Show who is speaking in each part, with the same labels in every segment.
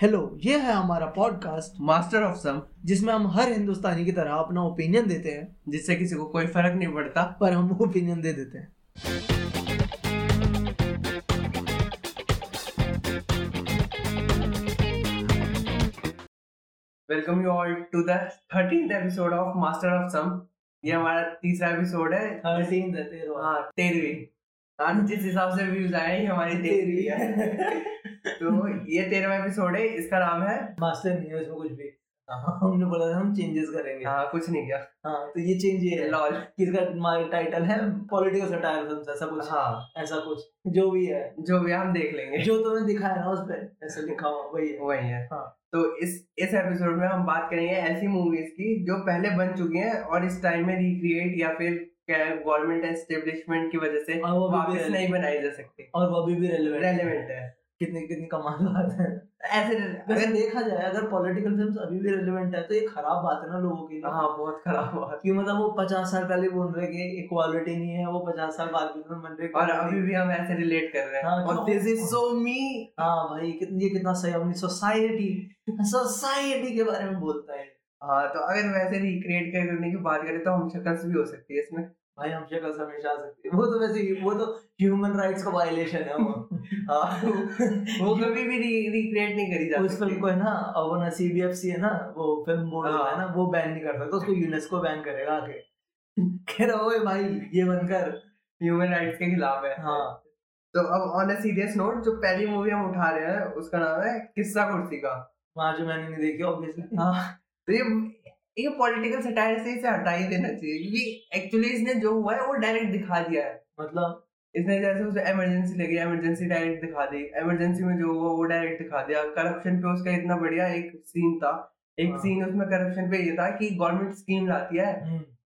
Speaker 1: Hello ये है हमारा पॉडकास्ट
Speaker 2: मास्टर ऑफ सम
Speaker 1: जिसमें हम हर हिंदुस्तानी की तरह अपना ओपिनियन देते हैं
Speaker 2: जिससे किसी को कोई फर्क नहीं पड़ता
Speaker 1: पर हम ओपिनियन दे देते हैं
Speaker 2: welcome you all to the thirteen episode of master of some ये हमारा तीसरा एपिसोड है
Speaker 1: हर्षिंद तेरवा
Speaker 2: हाँ तेरहवीं हम जिस हिसाब से व्यूज आए ये हमारी तेरहवीं है तो ये तेरहवा एपिसोड है इसका नाम है
Speaker 1: मास्टर नहीं है इसमें कुछ भी हाँ, हमने बोला था हम चेंजेस करेंगे
Speaker 2: हाँ कुछ नहीं किया
Speaker 1: हाँ तो ये चेंज ये है
Speaker 2: लॉल
Speaker 1: कि इसका टाइटल है पॉलिटिकल सटायर फिल्म ऐसा कुछ
Speaker 2: हाँ
Speaker 1: ऐसा कुछ जो भी है
Speaker 2: जो भी हम देख लेंगे
Speaker 1: जो तुमने दिखाया ना उस पर ऐसा लिखा हुआ वही है
Speaker 2: वही है
Speaker 1: हाँ।
Speaker 2: तो इस इस एपिसोड में हम बात करेंगे ऐसी मूवीज की जो पहले बन चुकी हैं और इस टाइम में रिक्रिएट या फिर गवर्नमेंट एस्टेब्लिशमेंट की वजह से
Speaker 1: और वो भी
Speaker 2: वापस
Speaker 1: relevant-
Speaker 2: नहीं बनाई जा सकती
Speaker 1: और वो अभी भी रेलिवेंट
Speaker 2: रेलेवेंट है
Speaker 1: कितनी कितनी कमाल बात है
Speaker 2: ऐसे
Speaker 1: वैसे
Speaker 2: अगर
Speaker 1: देखा जाए अगर पॉलिटिकल फिल्म अभी भी रेलिवेंट है तो ये खराब बात है ना लोगों के लिए
Speaker 2: हाँ बहुत खराब हुआ
Speaker 1: कि मतलब वो पचास साल पहले बोल रहे कि इक्वालिटी नहीं है वो पचास साल बाद भी फिल्म बन रही है
Speaker 2: और
Speaker 1: equality।
Speaker 2: अभी भी हम ऐसे रिलेट कर रहे हैं
Speaker 1: हाँ,
Speaker 2: और
Speaker 1: क्यों?
Speaker 2: दिस इज सो मी
Speaker 1: हाँ भाई कितनी ये कितना सही अपनी सोसाइटी सोसाइटी के बारे में बोलता है
Speaker 2: हाँ तो अगर वैसे रिक्रिएट करने की बात करें तो हम शकस भी हो सकती है इसमें
Speaker 1: भाई हमसे कल हमेशा आ सकती है वो तो वैसे ही- वो तो ह्यूमन राइट्स का वायलेशन है वो
Speaker 2: हाँ वो कभी भी रिक्रिएट नहीं करी जा
Speaker 1: उस फिल्म को है ना अब वो ना सीबीएफसी है ना वो फिल्म बोर्ड
Speaker 2: हाँ।
Speaker 1: है ना वो बैन नहीं कर सकता तो उसको यूनेस्को बैन करेगा आके कह रहा ओए भाई ये बनकर
Speaker 2: ह्यूमन राइट्स के खिलाफ है
Speaker 1: हाँ
Speaker 2: तो अब ऑन अ सीरियस नोट जो पहली मूवी हम उठा रहे हैं उसका नाम है किस्सा कुर्सी का
Speaker 1: वहां जो मैंने नहीं देखी ऑब्वियसली
Speaker 2: हाँ तो ये ये पॉलिटिकल सटायर से इसे हटा ही देना चाहिए क्योंकि एक्चुअली इसने जो हुआ है वो डायरेक्ट दिखा दिया है
Speaker 1: मतलब
Speaker 2: इसने जैसे उसे इमरजेंसी लगी इमरजेंसी डायरेक्ट दिखा दी इमरजेंसी में जो हुआ वो डायरेक्ट दिखा दिया करप्शन पे उसका इतना बढ़िया एक सीन था एक
Speaker 1: हाँ।
Speaker 2: सीन उसमें करप्शन पे ये था कि गवर्नमेंट स्कीम लाती है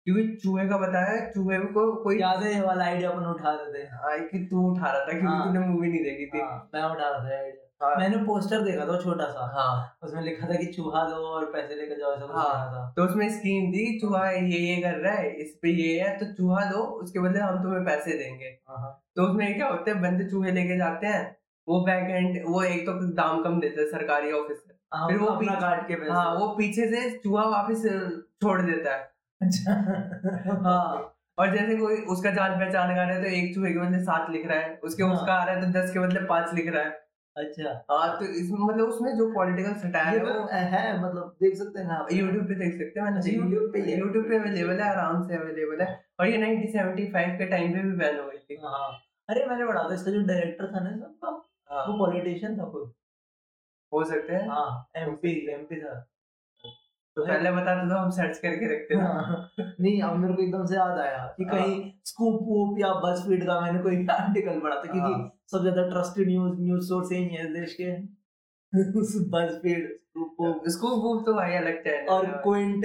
Speaker 2: क्योंकि चूहे का बताया है, चूहे को कोई
Speaker 1: हम्म, याद है ये वाला आइडिया अपन उठा देते हैं
Speaker 2: आ, कि तू उठा रहा था क्योंकि
Speaker 1: हाँ।
Speaker 2: तूने मूवी नहीं देखी थी
Speaker 1: हाँ, मैं उठा रहा था ये idea।
Speaker 2: हाँ।
Speaker 1: मैंने पोस्टर देखा था छोटा सा
Speaker 2: हाँ
Speaker 1: उसमें लिखा था कि चूहा दो और पैसे लेकर जाओ ऐसा कुछ
Speaker 2: हाँ।
Speaker 1: लिखा था
Speaker 2: तो उसमें स्कीम थी चूहा ये ये कर रहा है इस पे ये है तो चूहा दो उसके बदले हम तुम्हें पैसे देंगे तो उसमें क्या होता है बंदे चूहे लेके जाते हैं वो बैक एंड वो एक तो दाम कम देते हैं सरकारी ऑफिसर
Speaker 1: हाँ,
Speaker 2: फिर वो
Speaker 1: अपना
Speaker 2: पीछे-
Speaker 1: काट के पैसे
Speaker 2: हाँ वो पीछे से चूहा वापस छोड़ देता है
Speaker 1: अच्छा
Speaker 2: हाँ और जैसे कोई उसका जान पहचान का रहा है तो एक चूहे के बदले सात लिख रहा है उसके
Speaker 1: हाँ।
Speaker 2: उसका आ रहा है तो दस के बदले पांच लिख रहा है
Speaker 1: अच्छा
Speaker 2: हाँ तो इसमें मतलब उसमें जो पॉलिटिकल
Speaker 1: ये
Speaker 2: सटायर है वो हाँ।
Speaker 1: फिल्म है मतलब देख सकते हैं ना आप
Speaker 2: यूट्यूब पे देख सकते हैं
Speaker 1: अच्छा,
Speaker 2: मैंने
Speaker 1: YouTube पे ही है।
Speaker 2: यूट्यूब पे अवेलेबल है आराम से अवेलेबल है और ये 1975 के टाइम पे भी बैन हो गई थी
Speaker 1: हाँ अरे मैंने पढ़ा था इसका जो डायरेक्टर था ना सबका
Speaker 2: हाँ,
Speaker 1: वो पॉलिटिशियन था खुद
Speaker 2: हो सकते हैं
Speaker 1: हाँ एमपी एमपी था
Speaker 2: तो पहले बताते तो हम सर्च करके रखते ना
Speaker 1: हाँ, नहीं अब मेरे को एकदम से याद आया कि
Speaker 2: हाँ।
Speaker 1: कहीं स्कूप वूप या बस फीड का मैंने कोई आर्टिकल पढ़ा था क्योंकि
Speaker 2: हाँ।
Speaker 1: सबसे ज्यादा ट्रस्टेड न्यूज न्यूज सोर्स यही है इस देश के बस feed scoop whoop
Speaker 2: scoop whoop तो भाई अलग चैनल
Speaker 1: हाँ। और क्विंट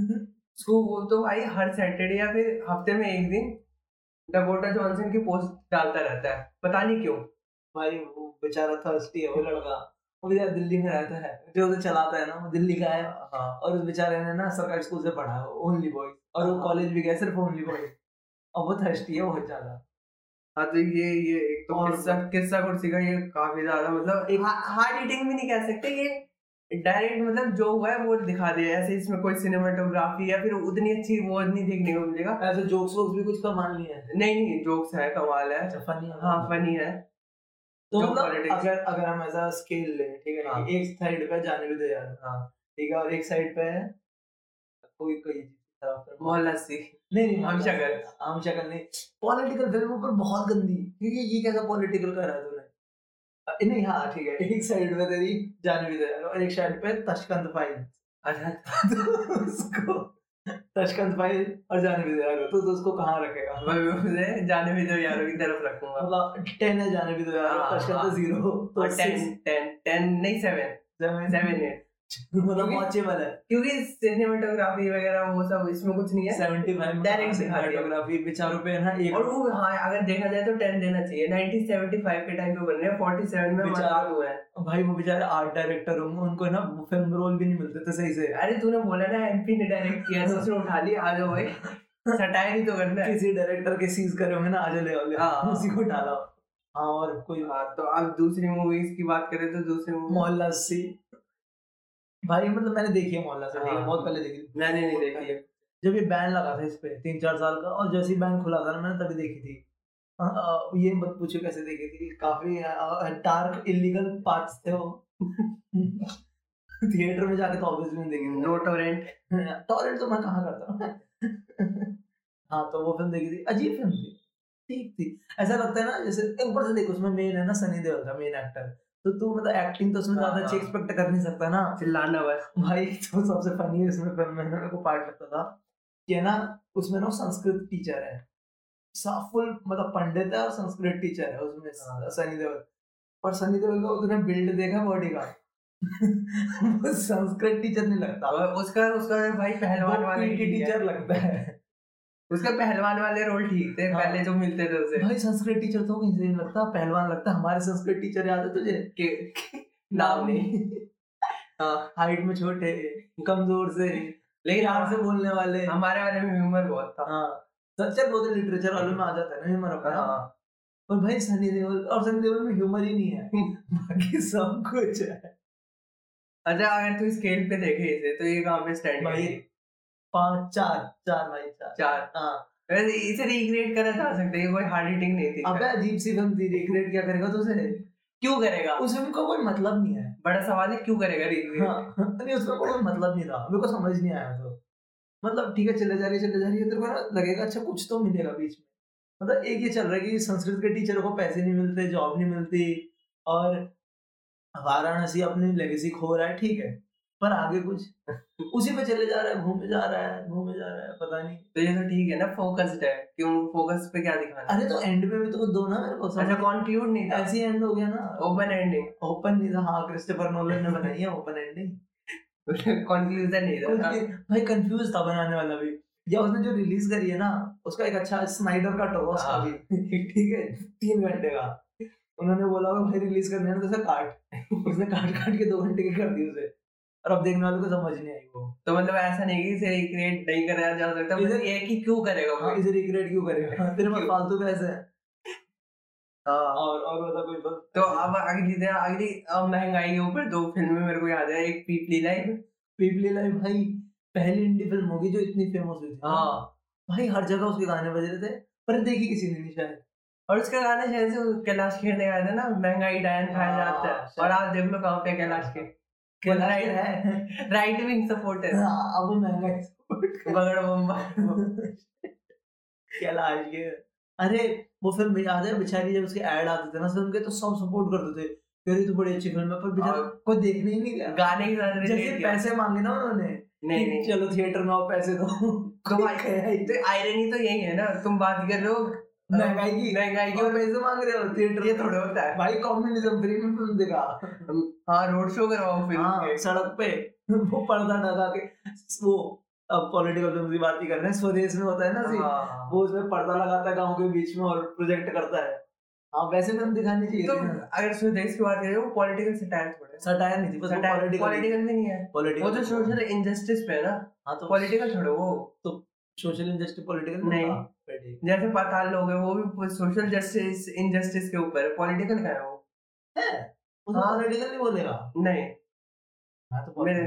Speaker 2: स्कूप वूप तो भाई हर सैटरडे या फिर हफ्ते में एक दिन डकोटा जॉनसन की पोस्ट डालता रहता है पता नहीं क्यों
Speaker 1: भाई वो बेचारा थर्स्टी है वो लड़का वो बेचारा दिल्ली में रहता है जो उसे चलाता है ना वो दिल्ली का है
Speaker 2: हाँ
Speaker 1: और उस बेचारे ने ना सरकारी स्कूल से पढ़ा है ओनली बॉयज और वो
Speaker 2: हाँ।
Speaker 1: कॉलेज भी गया सिर्फ ओनली बॉयज और वो थर्स्टी है बहुत ज्यादा
Speaker 2: हाँ तो ये ये एक तो
Speaker 1: और-
Speaker 2: किस्सा किस्सा कुर्सी का ये काफी ज्यादा मतलब एक हार्ड ईटिंग भी नहीं कह सकते ये डायरेक्ट मतलब जो हुआ है वो दिखा दिया है। ऐसे इसमें कोई सिनेमाटोग्राफी या फिर उतनी अच्छी वो नहीं देखने को मिलेगा
Speaker 1: ऐसे जोक्स वोक्स भी कुछ कमान लिए हैं
Speaker 2: नहीं नहीं जोक्स है कमाल है
Speaker 1: अच्छा फनी है
Speaker 2: हाँ फनी है
Speaker 1: तो
Speaker 2: जो
Speaker 1: मतलब
Speaker 2: politics-
Speaker 1: अगर अगर हम ऐसा स्केल लें ठीक है
Speaker 2: हाँ।
Speaker 1: कि एक साइड पे जाने भी दो यार
Speaker 2: हाँ।
Speaker 1: ठीक है और एक साइड पे है कोई कोई खराब कर-
Speaker 2: मोहल्ला सी
Speaker 1: नहीं नहीं
Speaker 2: हम
Speaker 1: मोहल्ला-
Speaker 2: शक्ल
Speaker 1: हम शक्ल नहीं पॉलिटिकल फिल्मों पर बहुत गंदी क्योंकि ये कैसा पॉलिटिकल कर रहा है तूने अ, नहीं हाँ ठीक है एक साइड पे तेरी जाने भी दो यार और एक साइड पे तशकंद फाइल
Speaker 2: अच्छा
Speaker 1: तो उसको तशकंद फाइल और जाने भी दो यार तो, तो उसको कहाँ रखेगा
Speaker 2: मैं भी उसे जाने भी दो यारों की तरफ रखूंगा
Speaker 1: मतलब टेन है जाने भी दो यार
Speaker 2: हाँ,
Speaker 1: तशकंद
Speaker 2: हाँ।
Speaker 1: जीरो तो
Speaker 2: और टेन टेन टेन नहीं सेवन सेवन एट
Speaker 1: मतलब वॉचेबल है
Speaker 2: क्योंकि सिनेमाटोग्राफी वगैरह वो सब इसमें कुछ नहीं है
Speaker 1: 75
Speaker 2: Direct
Speaker 1: डायरेक्ट
Speaker 2: दिखा दिया।
Speaker 1: फोटोग्राफी बेचारों पे ना एक
Speaker 2: और वो हाँ अगर देखा जाए तो टेन देना चाहिए 1975 के टाइम पे बन रहे हैं 47 में
Speaker 1: बेचारा।
Speaker 2: मजाक हुआ है
Speaker 1: भाई वो बेचारे आर्ट डायरेक्टर होंगे उनको ना फिल्म रोल भी नहीं मिलते थे सही से
Speaker 2: अरे तूने बोला ना एमपी ने डायरेक्ट किया तो उसने उठा लिया आ जाओ भाई सटायर ही तो करना है
Speaker 1: किसी डायरेक्टर के सीज करे होंगे ना आज ले आओ ले आओ,
Speaker 2: हाँ।
Speaker 1: उसी को डाला हाँ और कोई
Speaker 2: हाँ, तो आप दूसरी मूवीज की बात करें तो दूसरी मूवी
Speaker 1: मोहल्ला सी भाई मतलब मैंने देखी है मोहल्ला सी ठीक है,
Speaker 2: हाँ।
Speaker 1: बहुत पहले देखी थी।
Speaker 2: मैंने नहीं देखी है
Speaker 1: जब ये बैन लगा था इस पे तीन चार साल का और जैसे ही बैन खुला था ना मैंने तभी देखी थी अ, अ, ये मत पूछो कैसे देखी थी काफी डार्क इलीगल पार्ट्स थे वो थिएटर में जाके तो ऑब्वियसली नहीं देखी थी
Speaker 2: नो टोरेंट
Speaker 1: टॉयलेट तो मैं कहाँ करता हूँ हाँ तो वो फिल्म देखी थी अजीब फिल्म थी ठीक थी ऐसा लगता है ना जैसे एक ऊपर से देखो उसमें मेन है ना सनी देओल था मेन एक्टर तो तू मतलब एक्टिंग तो उसमें
Speaker 2: हाँ,
Speaker 1: ज्यादा अच्छी
Speaker 2: हाँ।
Speaker 1: एक्सपेक्ट कर नहीं सकता ना
Speaker 2: चिल्लाना बस
Speaker 1: भाई तो सबसे फनी इसमें फिल्म में ना मेरे को पार्ट लगता था कि है ना उसमें ना वो संस्कृत टीचर है फुल मतलब पंडित है और संस्कृत टीचर है उसमें
Speaker 2: हाँ।
Speaker 1: सनी देओल पर सनी देओल का उतने बिल्ड देखा बॉडी का वो संस्कृत टीचर नहीं लगता
Speaker 2: और उसका उसका भाई पहलवान वाला ही ठीक है।
Speaker 1: टीचर लगता है
Speaker 2: उसके पहलवान वाले रोल ठीक थे
Speaker 1: हाँ।
Speaker 2: पहले जो मिलते थे उसे
Speaker 1: भाई संस्कृत टीचर तो कहीं से नहीं लगता पहलवान लगता हमारे संस्कृत टीचर याद है तुझे
Speaker 2: के- के- नाम नहीं
Speaker 1: हाइट हाँ, में छोटे कमजोर से
Speaker 2: लेकिन
Speaker 1: प्यार से
Speaker 2: हम-
Speaker 1: बोलने वाले
Speaker 2: हमारे वाले में ह्यूमर बहुत था
Speaker 1: हाँ सच्चर बहुत लिटरेचर वालों में आ जाता है ना ह्यूमर अपना
Speaker 2: हाँ।
Speaker 1: और भाई सनी देओल और सनी देओल में ह्यूमर ही नहीं है बाकी सब कुछ है
Speaker 2: अच्छा अगर तू स्केल पे देखे इसे तो ये कहाँ पे स्टैंड
Speaker 1: भाई पांच चार चार भाई चार
Speaker 2: चार
Speaker 1: हाँ
Speaker 2: वैसे इसे रिक्रिएट करा जा सकता है ये कोई हार्ड हिटिंग नहीं थी
Speaker 1: अबे अजीब सी फिल्म थी रिग्रेट क्या करेगा तुझे
Speaker 2: क्यों करेगा
Speaker 1: उस फिल्म का कोई मतलब नहीं है
Speaker 2: बड़ा सवाल है क्यों करेगा रिक्रिएट
Speaker 1: हाँ, नहीं उसका कोई मतलब नहीं था मेरे को समझ नहीं आया तो मतलब ठीक है चले जा रही है चले जा रही है तेरे को ना लगेगा अच्छा कुछ तो मिलेगा बीच में मतलब एक ये चल रहा है कि संस्कृत के टीचरों को पैसे नहीं मिलते जॉब नहीं मिलती और वाराणसी अपनी लेगेसी खो रहा है ठीक है पर आगे कुछ उसी पे चले जा रहा है घूमे जा रहा है घूमे जा रहा है पता नहीं
Speaker 2: तो ये तो ठीक है ना फोकस्ड है क्यों फोकस पे क्या दिखाना
Speaker 1: अरे तो एंड में भी तो दो ना मेरे को
Speaker 2: अच्छा
Speaker 1: समझ
Speaker 2: कॉन्क्लूड नहीं था
Speaker 1: ऐसी एंड हो गया ना
Speaker 2: ओपन एंडिंग
Speaker 1: ओपन नहीं था हाँ क्रिस्टोफर नोलन ने बनाई है ओपन एंडिंग
Speaker 2: कंक्लूजन नहीं
Speaker 1: कुछ
Speaker 2: था
Speaker 1: भी- भाई कंफ्यूज था बनाने वाला भी या उसने जो रिलीज करी है ना उसका एक अच्छा स्नाइडर कट होगा उसका
Speaker 2: हाँ।
Speaker 1: भी ठीक है तीन घंटे का उन्होंने बोला होगा भाई रिलीज करने है ना तो उसे काट उसने काट काट के दो घंटे के कर दिए उसे और अब देखने वालों को समझ नहीं आई वो
Speaker 2: तो मतलब ऐसा नहीं कि इसे रिक्रिएट नहीं कराया जा सकता
Speaker 1: इधर-
Speaker 2: मतलब ये है कि क्यों करेगा
Speaker 1: हाँ,
Speaker 2: कोई
Speaker 1: इसे रिग्रेट क्यों करेगा तेरे पास
Speaker 2: क्यों?
Speaker 1: फालतू पैसे हैं
Speaker 2: हाँ।
Speaker 1: और और बता कोई बात
Speaker 2: तो अब अगली दिन अगली अब महंगाई के ऊपर दो फिल्में मेरे को याद है एक पीपली लाइफ
Speaker 1: पीपली लाइफ भाई पहली इंडी फिल्म होगी जो इतनी फेमस हुई थी
Speaker 2: हाँ
Speaker 1: भाई हर जगह उसके गाने बज रहे थे पर देखी किसी ने नहीं शायद
Speaker 2: और उसका गाना शायद से कैलाश खेर ने गाया था ना महंगाई डायन खाया
Speaker 1: हाँ,
Speaker 2: जाता है
Speaker 1: शायद।
Speaker 2: और आज देख लो कहाँ पे है Kailash Kher
Speaker 1: Kailash Kher
Speaker 2: right right wing supporter
Speaker 1: हाँ, अब वो महंगाई support कर-
Speaker 2: बगड़ बम्बा
Speaker 1: क्या लाज के अरे वो फिल्म में याद है बेचारी जब उसके ऐड आते थे ना फिल्म के तो सब सपोर्ट करते थे कह रही तो बड़ी अच्छी फिल्म है पर बेचारा
Speaker 2: और-
Speaker 1: कोई देखने ही नहीं गया
Speaker 2: हाँ। गाने के साथ relate
Speaker 1: जैसे
Speaker 2: किया।
Speaker 1: पैसे मांगे ना उन्होंने
Speaker 2: नहीं
Speaker 1: कि
Speaker 2: नहीं
Speaker 1: चलो थिएटर में आओ पैसे दो
Speaker 2: तो
Speaker 1: कोई
Speaker 2: भाई-
Speaker 1: गया ही नहीं।
Speaker 2: तो आयरनी तो यही है ना तुम बात कर रहे हो
Speaker 1: महंगाई की
Speaker 2: हाँ। महंगाई की
Speaker 1: क्यों
Speaker 2: और
Speaker 1: पैसे मांग रहे हो थिएटर
Speaker 2: ये थोड़ा होता है
Speaker 1: भाई कम्युनिज्म फ्री में फिल्म देखा
Speaker 2: हाँ रोड शो करवाओ
Speaker 1: हाँ
Speaker 2: फिल्म
Speaker 1: सड़क पे वो पर्दा ढका के वो अब पॉलिटिकल फिल्म की बात ही कर रहे हैं स्वदेश में होता है ना scene।
Speaker 2: हाँ।
Speaker 1: वो उसमें पर्दा लगाता है गाँव के बीच में और प्रोजेक्ट करता है हाँ वैसे फिल्म दिखानी चाहिए
Speaker 2: तो
Speaker 1: थी ना।
Speaker 2: अगर स्वदेश की बात करें वो पॉलिटिकल सटायर थोड़ा
Speaker 1: सटायर नहीं थी बस
Speaker 2: सटायर
Speaker 1: पॉलिटिकल
Speaker 2: पॉलिटिकल भी नहीं है वो तो सोशल इंजस्टिस पे है ना
Speaker 1: हाँ तो
Speaker 2: पॉलिटिकल छोड़ो वो
Speaker 1: सोशल इंजस्टिस पॉलिटिकल
Speaker 2: नहीं। जैसे पाताल लोग हैं वो भी सोशल जस्टिस इंजस्टिस के ऊपर पॉलिटिकल का है वो
Speaker 1: है उसमें
Speaker 2: हाँ।
Speaker 1: पॉलिटिकल नहीं बोलेगा
Speaker 2: नहीं
Speaker 1: हाँ तो
Speaker 2: मेरे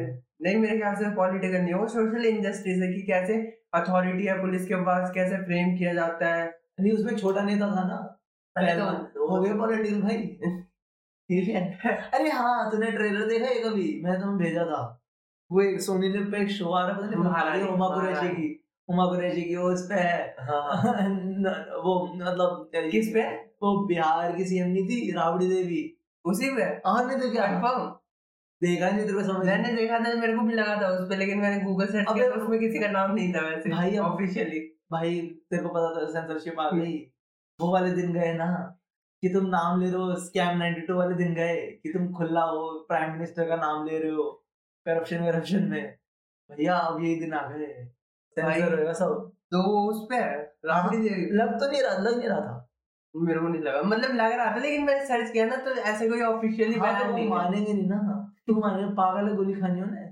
Speaker 2: नहीं मेरे ख्याल से पॉलिटिकल नहीं है वो सोशल इंजस्टिस है कि कैसे अथॉरिटी है पुलिस के पास कैसे फ्रेम किया जाता है
Speaker 1: नहीं उसमें एक छोटा नेता था ना
Speaker 2: अरे तो-
Speaker 1: पहलवान, वो हो गया पॉलिटिकल भाई ठीक है अरे हाँ तूने ट्रेलर देखा है कभी मैं तुम्हें भेजा था वो एक सोनी लिप पे एक शो आ रहा पता नहीं
Speaker 2: महारानी,
Speaker 1: हमारी उमा कुरैशी
Speaker 2: महारानी।
Speaker 1: की उमा कुरैशी की वो उस पे है
Speaker 2: हाँ।
Speaker 1: न- वो मतलब
Speaker 2: किस पे
Speaker 1: वो बिहार की सीएम नहीं थी राबड़ी देवी
Speaker 2: उसी पे
Speaker 1: और नहीं तो क्या
Speaker 2: कंफर्म
Speaker 1: देखा नहीं तेरे को समझ नहीं
Speaker 2: हाँ। मैंने देखा था मेरे को भी लगा था उस पे लेकिन मैंने गूगल सर्च
Speaker 1: अबे
Speaker 2: किया तो उसमें किसी का नाम नहीं था वैसे
Speaker 1: भाई, अब-
Speaker 2: ऑफिशियली
Speaker 1: भाई तेरे को पता था सेंसरशिप आ
Speaker 2: हम्म।
Speaker 1: गई वो वाले दिन गए ना कि तुम नाम ले रहे हो स्कैम 92 वाले दिन गए कि तुम खुला हो प्राइम मिनिस्टर का नाम ले रहे हो करप्शन करप्शन में भैया अब यही दिन आ गए
Speaker 2: हम्म। भाई,
Speaker 1: सेंसर होगा सब
Speaker 2: तो वो उस पे है राबड़ी देवी
Speaker 1: लग तो नहीं रहा लग नहीं रहा था
Speaker 2: मेरे को नहीं लगा मतलब लग रहा था लेकिन मैंने सर्च किया ना तो ऐसे कोई ऑफिशियली
Speaker 1: हाँ,
Speaker 2: बैन
Speaker 1: तो वो
Speaker 2: नहीं है
Speaker 1: मानेंगे नहीं ना तू माने पागल है गोली खानी हो ना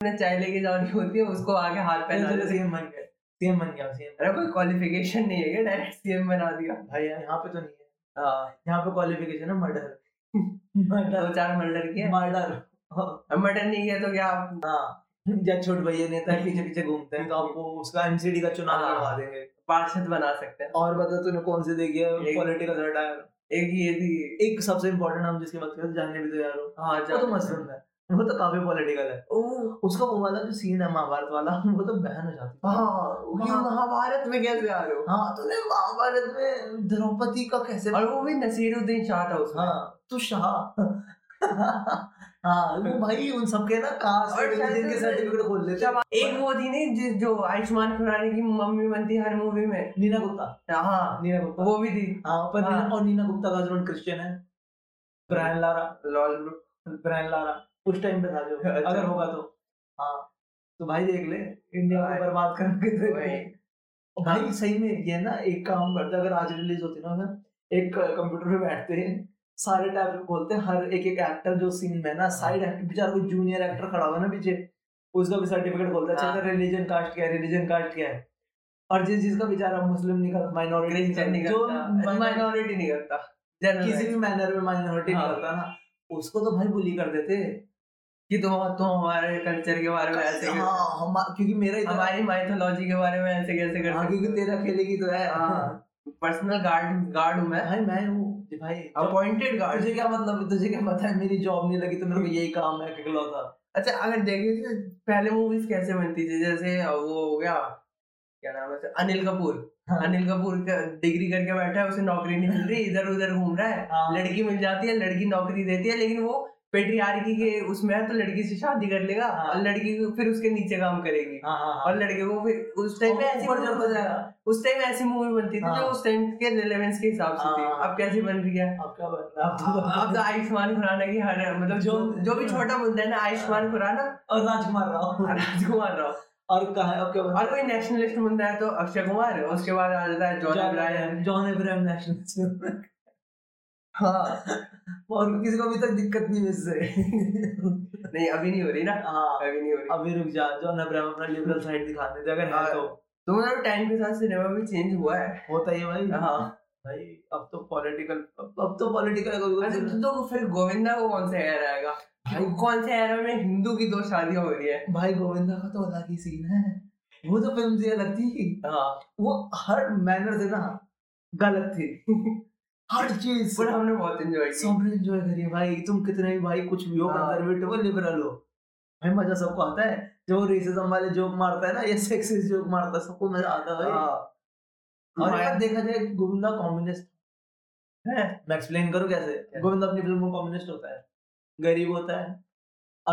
Speaker 2: अपने चाय लेके जानी होती है उसको आगे हाथ पहना
Speaker 1: चलो
Speaker 2: देते हैं।
Speaker 1: सीएम बन गए सीएम बन गया सीएम
Speaker 2: अरे कोई क्वालिफिकेशन नहीं है क्या डायरेक्ट सीएम बना दिया
Speaker 1: भाई यहाँ पे तो नहीं है
Speaker 2: हाँ,
Speaker 1: यहाँ पे क्वालिफिकेशन है मर्डर
Speaker 2: मतलब दो
Speaker 1: मर्डर
Speaker 2: चार मर्डर किया
Speaker 1: मर्डर
Speaker 2: मर्डर नहीं किया तो क्या आप
Speaker 1: हाँ या छोट भैया नेता है पीछे पीछे घूमते हैं तो आपको उसका एमसीडी का चुनाव
Speaker 2: हाँ।
Speaker 1: लड़वा देंगे
Speaker 2: पार्षद बना सकते हैं
Speaker 1: और बता तूने कौन से देखी है
Speaker 2: एक-
Speaker 1: पॉलिटिकल रटायर
Speaker 2: एक ये थी
Speaker 1: एक सबसे इम्पोर्टेंट हम जिसकी बात कर रहे हैं, जानने भी तो यार हो
Speaker 2: हाँ
Speaker 1: वो तो मस्त बंदा है वो तो काफी पॉलिटिकल है
Speaker 2: ओ
Speaker 1: उसका वो वाला जो सीन है महाभारत वाला वो तो बहन हो जाती है
Speaker 2: हाँ ये महाभारत में कैसे आ रहे हो
Speaker 1: हाँ तूने महाभारत में द्रौपदी का कैसे
Speaker 2: और वो भी नसीरुद्दीन शाह था उसमें
Speaker 1: हाँ तू शाह हाँ वो भाई उन सबके ना कास्ट
Speaker 2: और शायद
Speaker 1: जिनके
Speaker 2: से-
Speaker 1: सर्टिफिकेट खोल लेते हैं।
Speaker 2: एक वो थी नहीं जिस जो आयुष्मान खुराना की मम्मी बनती है हर मूवी में
Speaker 1: नीना गुप्ता
Speaker 2: हाँ
Speaker 1: नीना गुप्ता
Speaker 2: वो भी थी
Speaker 1: हाँ पर
Speaker 2: हाँ।
Speaker 1: नीना और नीना गुप्ता का हस्बैंड क्रिश्चियन है Brian Lara
Speaker 2: lol bro
Speaker 1: Brian Lara उस टाइम पे था जो
Speaker 2: अच्छा।
Speaker 1: अगर होगा तो हाँ तो भाई देख ले इंडिया
Speaker 2: भाई।
Speaker 1: को बर्बाद करके देख ले।
Speaker 2: वही।
Speaker 1: और भाई सही में ये ना एक काम करते अगर आज रिलीज होती ना अगर एक कंप्यूटर पे बैठते हैं सारे टैब खोलते हैं हर एक एक एक्टर जो सीन में ना साइड
Speaker 2: हाँ।
Speaker 1: एक्टर बेचारा कोई जूनियर एक्टर खड़ा हुआ है ना पीछे उसका भी सर्टिफिकेट खोलता है
Speaker 2: हाँ।
Speaker 1: अच्छा रिलीजन कास्ट क्या है रिलीजन कास्ट क्या है और जिस जिसका बेचारा मुस्लिम निकल
Speaker 2: क्रिश्चियन
Speaker 1: माइनॉरिटी
Speaker 2: नहीं
Speaker 1: जो
Speaker 2: करता
Speaker 1: minor-
Speaker 2: माइनॉरिटी नहीं करता
Speaker 1: किसी
Speaker 2: जनरल
Speaker 1: भी मैनर में माइनॉरिटी
Speaker 2: हाँ।
Speaker 1: करता ना उसको तो भाई बुली कर देते
Speaker 2: कि तुम तुम हमारे कल्चर के बारे में ऐसे कैसे-
Speaker 1: हाँ हम क्योंकि मेरा ही
Speaker 2: हमारी माइथोलॉजी के बारे में ऐसे कैसे कर
Speaker 1: हाँ क्योंकि तेरा खेलेगी तो है
Speaker 2: हाँ। पर्सनल गार्ड गार्ड हूँ मैं
Speaker 1: भाई मैं हूँ जी भाई जब-
Speaker 2: अपॉइंटेड गार्ड
Speaker 1: तुझे क्या मतलब तुझे क्या पता है मेरी जॉब नहीं लगी तो मेरे को यही काम है इकलौता
Speaker 2: अच्छा अगर देखें तो पहले मूवीज कैसे बनती थी जैसे वो हो गया क्या नाम है उसका? अनिल कपूर
Speaker 1: हाँ।
Speaker 2: अनिल कपूर डिग्री करके बैठा है उसे नौकरी नहीं मिल रही इधर उधर घूम रहा है
Speaker 1: हाँ।
Speaker 2: लड़की मिल जाती है लड़की नौकरी देती है लेकिन वो पेट्रियार्की के उसमें है तो लड़की से शादी कर लेगा
Speaker 1: हाँ।
Speaker 2: और लड़की को फिर उसके नीचे काम करेगी
Speaker 1: हाँ हाँ
Speaker 2: और लड़के को फिर उस टाइम पे ऐसी
Speaker 1: ऊपर चढ़ता जाएगा
Speaker 2: उस टाइम ऐसी मूवी बनती थी जो
Speaker 1: हाँ।
Speaker 2: उस टाइम के रिलेवेंस के हिसाब से थी
Speaker 1: हाँ।
Speaker 2: अब कैसी बन रही है
Speaker 1: अब क्या बन रहा है? अब तो-
Speaker 2: अब तो आयुष्मान खुराना की हर मतलब जो जो भी छोटा मुद्दा है ना आयुष्मान खुराना
Speaker 1: और राजकुमार राव
Speaker 2: और राजकुमार राव
Speaker 1: और कहा अब क्या बन
Speaker 2: और कोई नेशनलिस्ट मुद्दा है तो अक्षय कुमार उसके बाद आ जाता है जॉन ब्रायन
Speaker 1: जॉन इब्राहिम नेशनल
Speaker 2: हाँ
Speaker 1: और किसी को अभी तक दिक्कत नहीं मिलसे
Speaker 2: नहीं अभी नहीं हो रही ना
Speaker 1: हाँ
Speaker 2: अभी नहीं हो रही
Speaker 1: अभी रुक जा जॉन अब्राहम अपना लिबरल साइड दिखाने दे अगर है
Speaker 2: हाँ।
Speaker 1: तो
Speaker 2: तो मतलब टाइम के साथ सिनेमा भी चेंज हुआ है
Speaker 1: होता ही है भाई
Speaker 2: हाँ
Speaker 1: भाई अब तो पॉलिटिकल अब अब तो पॉलिटिकल
Speaker 2: अच्छा तो, तो फिर गोविंदा को कौन सा एरा आएगा भाई कौन से एरा में हिंदू की दो शादियां हो रही है
Speaker 1: भाई गोविंदा का तो अलग ही सीन है वो तो फिल्म से अलग थी
Speaker 2: हाँ
Speaker 1: वो हर मैनर से ना गलत थी हर चीज
Speaker 2: पर हमने बहुत एंजॉय किया
Speaker 1: सबने एंजॉय करी भाई तुम कितने भी भाई कुछ भी हो
Speaker 2: हाँ।
Speaker 1: कंजर्वेटिव हो लिबरल हो भाई मजा सबको आता है जो रेसिज्म वाले जोक मारता है ना या सेक्सिस्ट जोक मारता है सबको मजा आता है भाई
Speaker 2: हाँ
Speaker 1: और
Speaker 2: माया-
Speaker 1: एक बात देखा जाए गोविंदा कम्युनिस्ट
Speaker 2: है?
Speaker 1: मैं एक्सप्लेन करूँ कैसे गोविंदा अपनी फिल्म में कम्युनिस्ट होता है गरीब होता है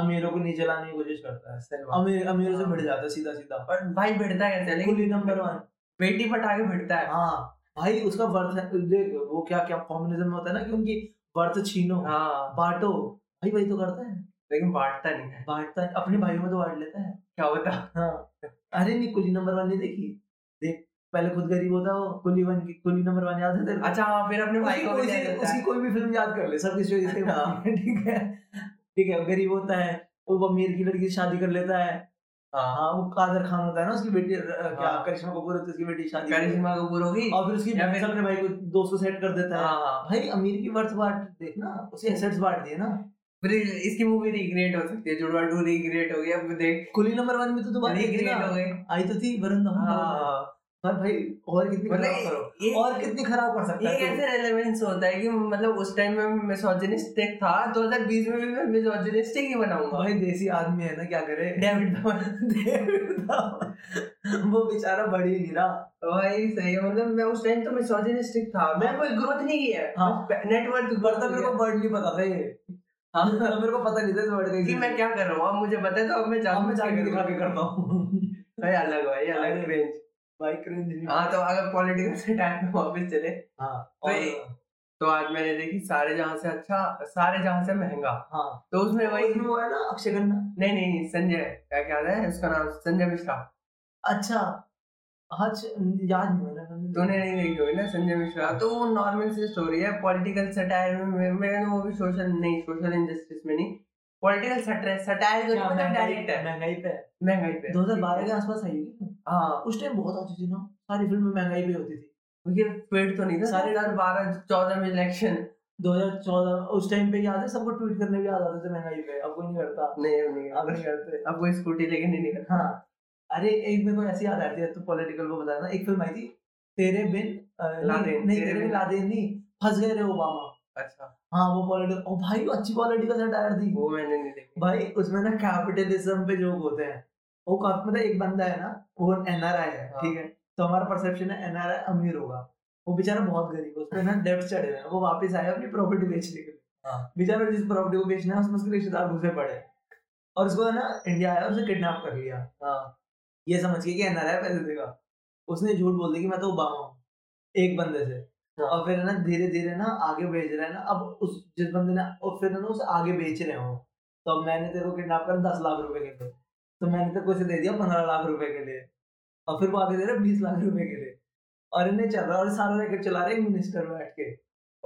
Speaker 1: अमीरों को नीचे लाने की कोशिश करता है
Speaker 2: सही बात।
Speaker 1: अमीर अमीरों से
Speaker 2: हाँ।
Speaker 1: भिड़ जाता है सीधा सीधा
Speaker 2: और भाई भिड़ता कैसे है? लेकिन
Speaker 1: कुली नंबर वन
Speaker 2: बेटी पटा के भिड़ता है
Speaker 1: हाँ भाई उसका वर्थ देख वो क्या क्या कॉम्युनिज्म में होता है ना कि उनकी वर्थ छीनो
Speaker 2: हाँ
Speaker 1: बांटो भाई वही तो करता है
Speaker 2: लेकिन बांटता नहीं है
Speaker 1: बांटता है अपने भाइयों में तो बांट लेता है
Speaker 2: क्या होता
Speaker 1: हाँ अरे नहीं कुली नंबर वन नहीं देखी देख पहले खुद गरीब होता हो कुली वन की कुली नंबर वन याद है तेरे को?
Speaker 2: अच्छा हाँ फिर अपने
Speaker 1: उसकी
Speaker 2: भाई को भी
Speaker 1: कोई-
Speaker 2: दे
Speaker 1: उसकी,
Speaker 2: देता है
Speaker 1: उसकी कोई भी फिल्म याद कर ले सब किसी से
Speaker 2: हाँ।
Speaker 1: ठीक है ठीक है गरीब होता है वो अमीर की लड़की से शादी कर लेता है
Speaker 2: हाँ
Speaker 1: हाँ वो कादर खान होता है ना उसकी बेटी अ, क्या
Speaker 2: हाँ।
Speaker 1: करिश्मा कपूर होती है उसकी बेटी की शादी कर लेता
Speaker 2: करिश्मा कपूर होगी
Speaker 1: है। हाँ, और फिर उसकी
Speaker 2: या
Speaker 1: बहन
Speaker 2: फिर-
Speaker 1: अपने भाई को दोस्तों सेट कर देता है
Speaker 2: हाँ हाँ
Speaker 1: भाई अमीर की वर्थ बांट देखना उसे एसेट्स बांट दिए ना
Speaker 2: फिर इसकी मूवी रिक्रिएट हो सकती है जुड़वा टू रिक्रिएट हो गई अब देख
Speaker 1: कुली नंबर वन में तो दोबारा देखी
Speaker 2: रिक्रिएट हो
Speaker 1: ना
Speaker 2: गई
Speaker 1: आई तो थी वरुण धवन
Speaker 2: हाँ
Speaker 1: पर
Speaker 2: हाँ।
Speaker 1: भाई और कितनी खराब करो
Speaker 2: मतलब ये
Speaker 1: और कितनी खराब कर सकता
Speaker 2: ये
Speaker 1: है तू?
Speaker 2: कैसे रेलेवेंस होता है कि मतलब उस टाइम में मिसोजिनिस्टिक था 2020 में भी मैं मिसोजिनिस्टिक ही बनाऊंगा
Speaker 1: भाई देसी आदमी है ना क्या करे
Speaker 2: डेविड धवन
Speaker 1: डेविड धवन। वो बेचारा बढ़ ही नहीं रहा
Speaker 2: भाई सही है मतलब मैं उस टाइम तो मिसोजिनिस्टिक था मैं कोई ग्रोथ नहीं किया
Speaker 1: हाँ।
Speaker 2: है नेटवर्क
Speaker 1: पर तो मेरे को वर्ड नहीं पता था ये हाँ, पर मेरे को पता नहीं था वर्ड
Speaker 2: कि मैं क्या कर रहा हूँ अब मुझे पता है तो अब मैं
Speaker 1: अब
Speaker 2: जानू
Speaker 1: मैं जाके दिखा के करता हूँ
Speaker 2: भाई अलग भाई अलग रेंज
Speaker 1: भाई cringe नहीं।
Speaker 2: हाँ तो अगर पॉलिटिकल से टाइम में वापस चले
Speaker 1: हाँ
Speaker 2: भाई-
Speaker 1: और-
Speaker 2: तो आज मैंने देखी सारे जहाँ से अच्छा सारे जहाँ से महंगा
Speaker 1: हाँ
Speaker 2: तो उसमें वही
Speaker 1: इसमें वो है ना अक्षय खन्ना
Speaker 2: नहीं नहीं संजय क्या क्या है उसका नाम संजय मिश्रा
Speaker 1: अच्छा आज याद नहीं मैंने मैंने-
Speaker 2: तूने नहीं देखी होगी ना संजय मिश्रा तो वो नॉर्मल सी स्टोरी है पॉलिटिकल सटायर में मैं- मैंने तो वो भी सोशल नहीं सोशल इंजस्टिस में नहीं पॉलिटिकल सटायर सटायर जो
Speaker 1: क्या
Speaker 2: होता है
Speaker 1: महंगाई
Speaker 2: डायरेक्ट तो है
Speaker 1: महंगाई पे है।
Speaker 2: महंगाई पे
Speaker 1: 2012 के आसपास आई होगी
Speaker 2: हाँ
Speaker 1: उस टाइम बहुत होती थी ना सारी फिल्में महंगाई पे होती थी
Speaker 2: ये पेड़ तो नहीं था
Speaker 1: सारे-
Speaker 2: सारे हजार बारह चौदह में इलेक्शन
Speaker 1: 2014 उस टाइम पे याद है सबको ट्वीट करने भी याद आते थे महंगाई पे अब कोई नहीं करता
Speaker 2: नहीं अब नहीं
Speaker 1: अब नहीं करते
Speaker 2: अब कोई स्कूटी लेके नहीं निकल
Speaker 1: हाँ अरे एक मेरे को ऐसी याद आती है तो पॉलिटिकल वो बताना एक फिल्म आई थी तेरे बिन अ,
Speaker 2: लादेन,
Speaker 1: नहीं
Speaker 2: तेरे
Speaker 1: तेरे
Speaker 2: बिन
Speaker 1: बिन लादेन नहीं फंस गए रे ओबामा
Speaker 2: अच्छा
Speaker 1: हाँ वो पॉलिटिकल ओ भाई वो अच्छी पॉलिटिकल सटायर थी
Speaker 2: वो मैंने नहीं देखी
Speaker 1: भाई उसमें ना कैपिटलिज्म पे जोक होते हैं वो काफी मतलब एक बंदा है ना वो एनआरआई है
Speaker 2: हाँ।
Speaker 1: ठीक है तो हमारा परसेप्शन है एनआरआई अमीर होगा वो बेचारा बहुत गरीब है उसपे ना डेप्ट चढ़े हुए हैं वो वापस आया अपनी प्रॉपर्टी बेचने के लिए
Speaker 2: हाँ।
Speaker 1: बेचारा जिस प्रॉपर्टी को बेचना है उसमें उसके रिश्तेदार घुसे पड़े और उसको है ना इंडिया आया और उसे किडनैप कर लिया
Speaker 2: हाँ
Speaker 1: ये समझ के कि एनआरआई पैसे देगा उसने झूठ बोल दिया कि मैं तो ओबामा हूँ एक बंदे से
Speaker 2: हाँ।
Speaker 1: और फिर है ना धीरे धीरे ना आगे बेच रहे हैं ना अब उस जिस बंदे ने और फिर है ना उसे आगे बेच रहे हो तो अब मैंने तेरे को किडनैप कर दस लाख रुपए के लिए तो मैंने तेरे को इसे दे दिया पंद्रह लाख रुपए के लिए और फिर वो आगे दे रहे बीस लाख रुपए के लिए और इन्हें चल रहा है और ये सारा रैकेट चला रहे मिनिस्टर बैठ के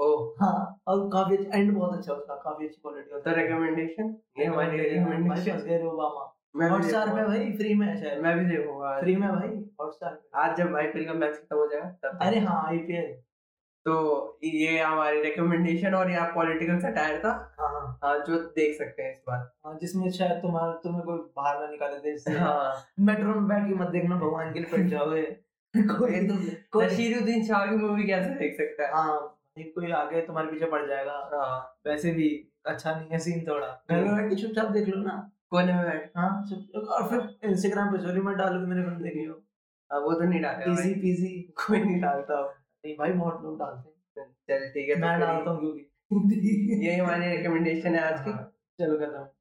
Speaker 2: ओ
Speaker 1: हाँ और काफी एंड बहुत अच्छा उसका काफी अच्छी क्वालिटी
Speaker 2: तो रिकमेंडेशन ये हमारी रिकमेंडेशन
Speaker 1: हॉटस्टार
Speaker 2: मैं
Speaker 1: पे
Speaker 2: भी देखूंगा।
Speaker 1: भाई फ्री में है शायद
Speaker 2: मैं भी देखूंगा आज।
Speaker 1: फ्री में भाई हॉटस्टार पे
Speaker 2: आज जब आईपीएल का मैच खत्म हो जाएगा तब
Speaker 1: अरे हाँ आईपीएल
Speaker 2: तो ये हमारी रिकमेंडेशन और ये पॉलिटिकल सटायर था
Speaker 1: हाँ हाँ,
Speaker 2: हाँ, जो देख सकते हैं इस बार
Speaker 1: हाँ जिसमें शायद तुम्हारा तुम्हें कोई बाहर ना निकाले देश से
Speaker 2: हाँ
Speaker 1: मेट्रो में बैठ के मत देखना भगवान के लिए पड़ जाओगे
Speaker 2: ये
Speaker 1: कोई
Speaker 2: तो
Speaker 1: कोई
Speaker 2: नसीरुद्दीन शाह की मूवी कैसे देख सकता है
Speaker 1: हाँ भाई, कोई आगे तुम्हारे पीछे पड़ जाएगा
Speaker 2: हाँ,
Speaker 1: वैसे भी अच्छा नहीं है सीन थोड़ा घर में बैठ के चुपचाप देख लो ना
Speaker 2: कोने में बैठ
Speaker 1: हाँ चुप और फिर इंस्टाग्राम पे स्टोरी मत डालो कि मैंने फिल्म देखी हो
Speaker 2: हाँ, वो तो नहीं डालेगा भाई।
Speaker 1: इजी पीजी
Speaker 2: कोई नहीं डालता अब।
Speaker 1: नहीं भाई बहुत लोग डालते हैं
Speaker 2: चल ठीक है तो
Speaker 1: मैं
Speaker 2: फिर
Speaker 1: डालता हूँ क्योंकि
Speaker 2: ये हमारी रिकमेंडेशन है आज की
Speaker 1: हाँ, चलो खत्म